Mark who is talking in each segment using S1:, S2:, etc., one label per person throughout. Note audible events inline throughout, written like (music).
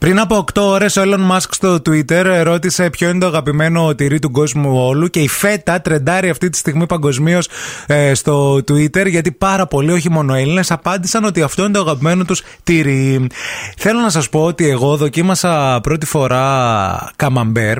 S1: Πριν από 8 ώρες, ο Elon Musk στο Twitter ρώτησε ποιο είναι το αγαπημένο τυρί του κόσμου όλου και η φέτα τρεντάρει αυτή τη στιγμή παγκοσμίως ε, στο Twitter γιατί πάρα πολλοί, όχι μόνο Έλληνες, απάντησαν ότι αυτό είναι το αγαπημένο τους τυρί. Θέλω να σας πω ότι εγώ δοκίμασα πρώτη φορά καμαμπέρ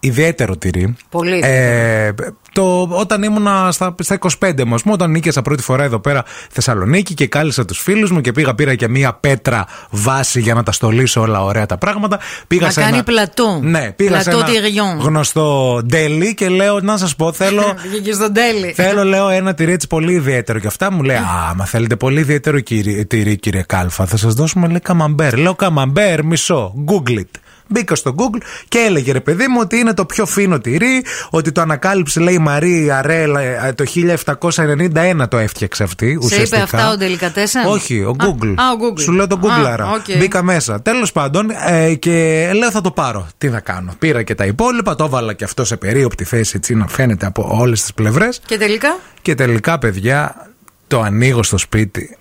S1: ιδιαίτερο τυρί.
S2: Πολύ
S1: Ε, το, όταν ήμουνα στα, στα 25 μας, μου, όταν νίκησα πρώτη φορά εδώ πέρα Θεσσαλονίκη και κάλεσα τους φίλους μου και πήγα, πήρα και μία πέτρα βάση για να τα στολίσω όλα ωραία τα πράγματα. Πήγα
S2: Να
S1: σε
S2: κάνει
S1: ένα,
S2: πλατό.
S1: Ναι, πήγα σε
S2: Πλατό
S1: ένα
S2: τυριών.
S1: γνωστό ντέλι και λέω να σας πω
S2: (laughs)
S1: θέλω...
S2: Ναι, Βγήκε στον τέλει.
S1: Θέλω, λέω, ένα τυρί έτσι πολύ ιδιαίτερο. Και αυτά μου λέει: Α, μα θέλετε πολύ ιδιαίτερο κύριε- τυρί, κύριε Κάλφα. Θα σας δώσουμε, λέει, καμαμπέρ. Λέω καμαμπέρ, μισό. Google it. Μπήκα στο Google και έλεγε ρε παιδί μου ότι είναι το πιο φίνο τυρί, ότι το ανακάλυψε λέει η Μαρία Αρέλα ε, το 1791 το έφτιαξε αυτή.
S2: Σε
S1: ουσιαστικά.
S2: είπε αυτά ο Delicatessen?
S1: Όχι, ο
S2: Α,
S1: Google.
S2: α, ο Google.
S1: Σου λέω τον
S2: Α,
S1: Google άρα.
S2: οκ.
S1: Μπήκα μέσα. Τέλος πάντων, ε, και λέω θα το πάρω. Τι να κάνω. Πήρα και τα υπόλοιπα, το βάλα και αυτό σε περίοπτη θέση έτσι να φαίνεται από όλες τις πλευρές.
S2: Και τελικά.
S1: Και τελικά, παιδιά, το ανοίγω στο σπίτι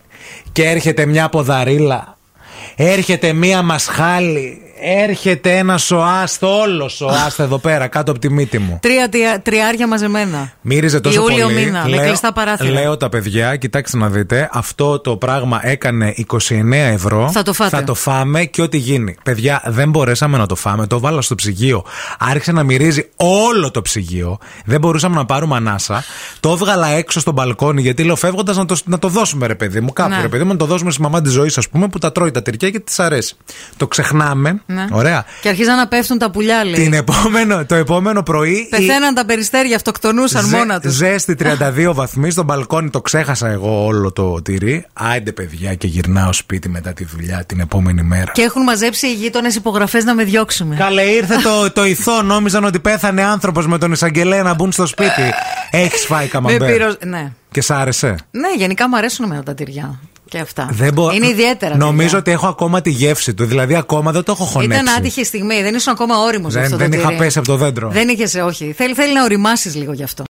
S1: και έρχεται μια ποδαρίλα. Έρχεται μία μασχάλη. Έρχεται ένα σοάστ, όλο σοάστ εδώ πέρα, κάτω από τη μύτη μου.
S2: Τρία τρια- τριάρια μαζεμένα.
S1: Μύριζε τόσο
S2: Ιούλιο
S1: πολύ.
S2: μήνα, με κλειστά παράθυρα.
S1: λέω τα παιδιά, κοιτάξτε να δείτε, αυτό το πράγμα έκανε 29 ευρώ.
S2: Θα το φάτε.
S1: Θα το φάμε και ό,τι γίνει. Παιδιά, δεν μπορέσαμε να το φάμε. Το βάλα στο ψυγείο. Άρχισε να μυρίζει όλο το ψυγείο. Δεν μπορούσαμε να πάρουμε ανάσα. Το έβγαλα έξω στο μπαλκόνι, γιατί λέω φεύγοντας να, το- να το δώσουμε, ρε παιδί μου. Κάπου,
S2: Ναι.
S1: ρε παιδί μου, να το δώσουμε στη μαμά της ζωής, ας πούμε, που τα τρώει τα τυριά και της αρέσει. Το ξεχνάμε.
S2: Ναι.
S1: Ωραία.
S2: Και αρχίζαν να πέφτουν τα πουλιά, λέει.
S1: Την επόμενο, το επόμενο πρωί. η-
S2: Πεθαίναν τα περιστέρια, αυτοκτονούσαν
S1: Ζε-
S2: μόνα τους.
S1: Ζέστη 32 βαθμοί στο μπαλκόνι, το ξέχασα εγώ όλο το τυρί. Άιντε, παιδιά, και γυρνάω σπίτι μετά τη δουλειά την επόμενη μέρα.
S2: Και έχουν μαζέψει οι γείτονες υπογραφές να με διώξουν.
S1: Καλέ, ήρθε το, το ηθό. Νόμιζαν ότι πέθανε άνθρωπος με τον εισαγγελέα να μπουν στο σπίτι. Έχεις φάει
S2: Με
S1: καμαμπέρ.
S2: πύρο. Ναι.
S1: Και σ' άρεσε.
S2: ναι, γενικά μου αρέσουν εμένα τα τυριά. Και αυτά.
S1: Δεν μπο-
S2: Είναι ιδιαίτερα.
S1: Νομίζω
S2: τυριά.
S1: ότι έχω ακόμα τη γεύση του. Δηλαδή, ακόμα δεν το έχω χωνέψει.
S2: Ήταν άτυχη στιγμή, δεν ήσουν ακόμα όριμο
S1: Δεν,
S2: αυτό
S1: δεν
S2: το
S1: είχα
S2: τυρί.
S1: πέσει από το δέντρο.
S2: Δεν είχες, όχι. Θέλει, θέλει να οριμάσεις λίγο γι' αυτό.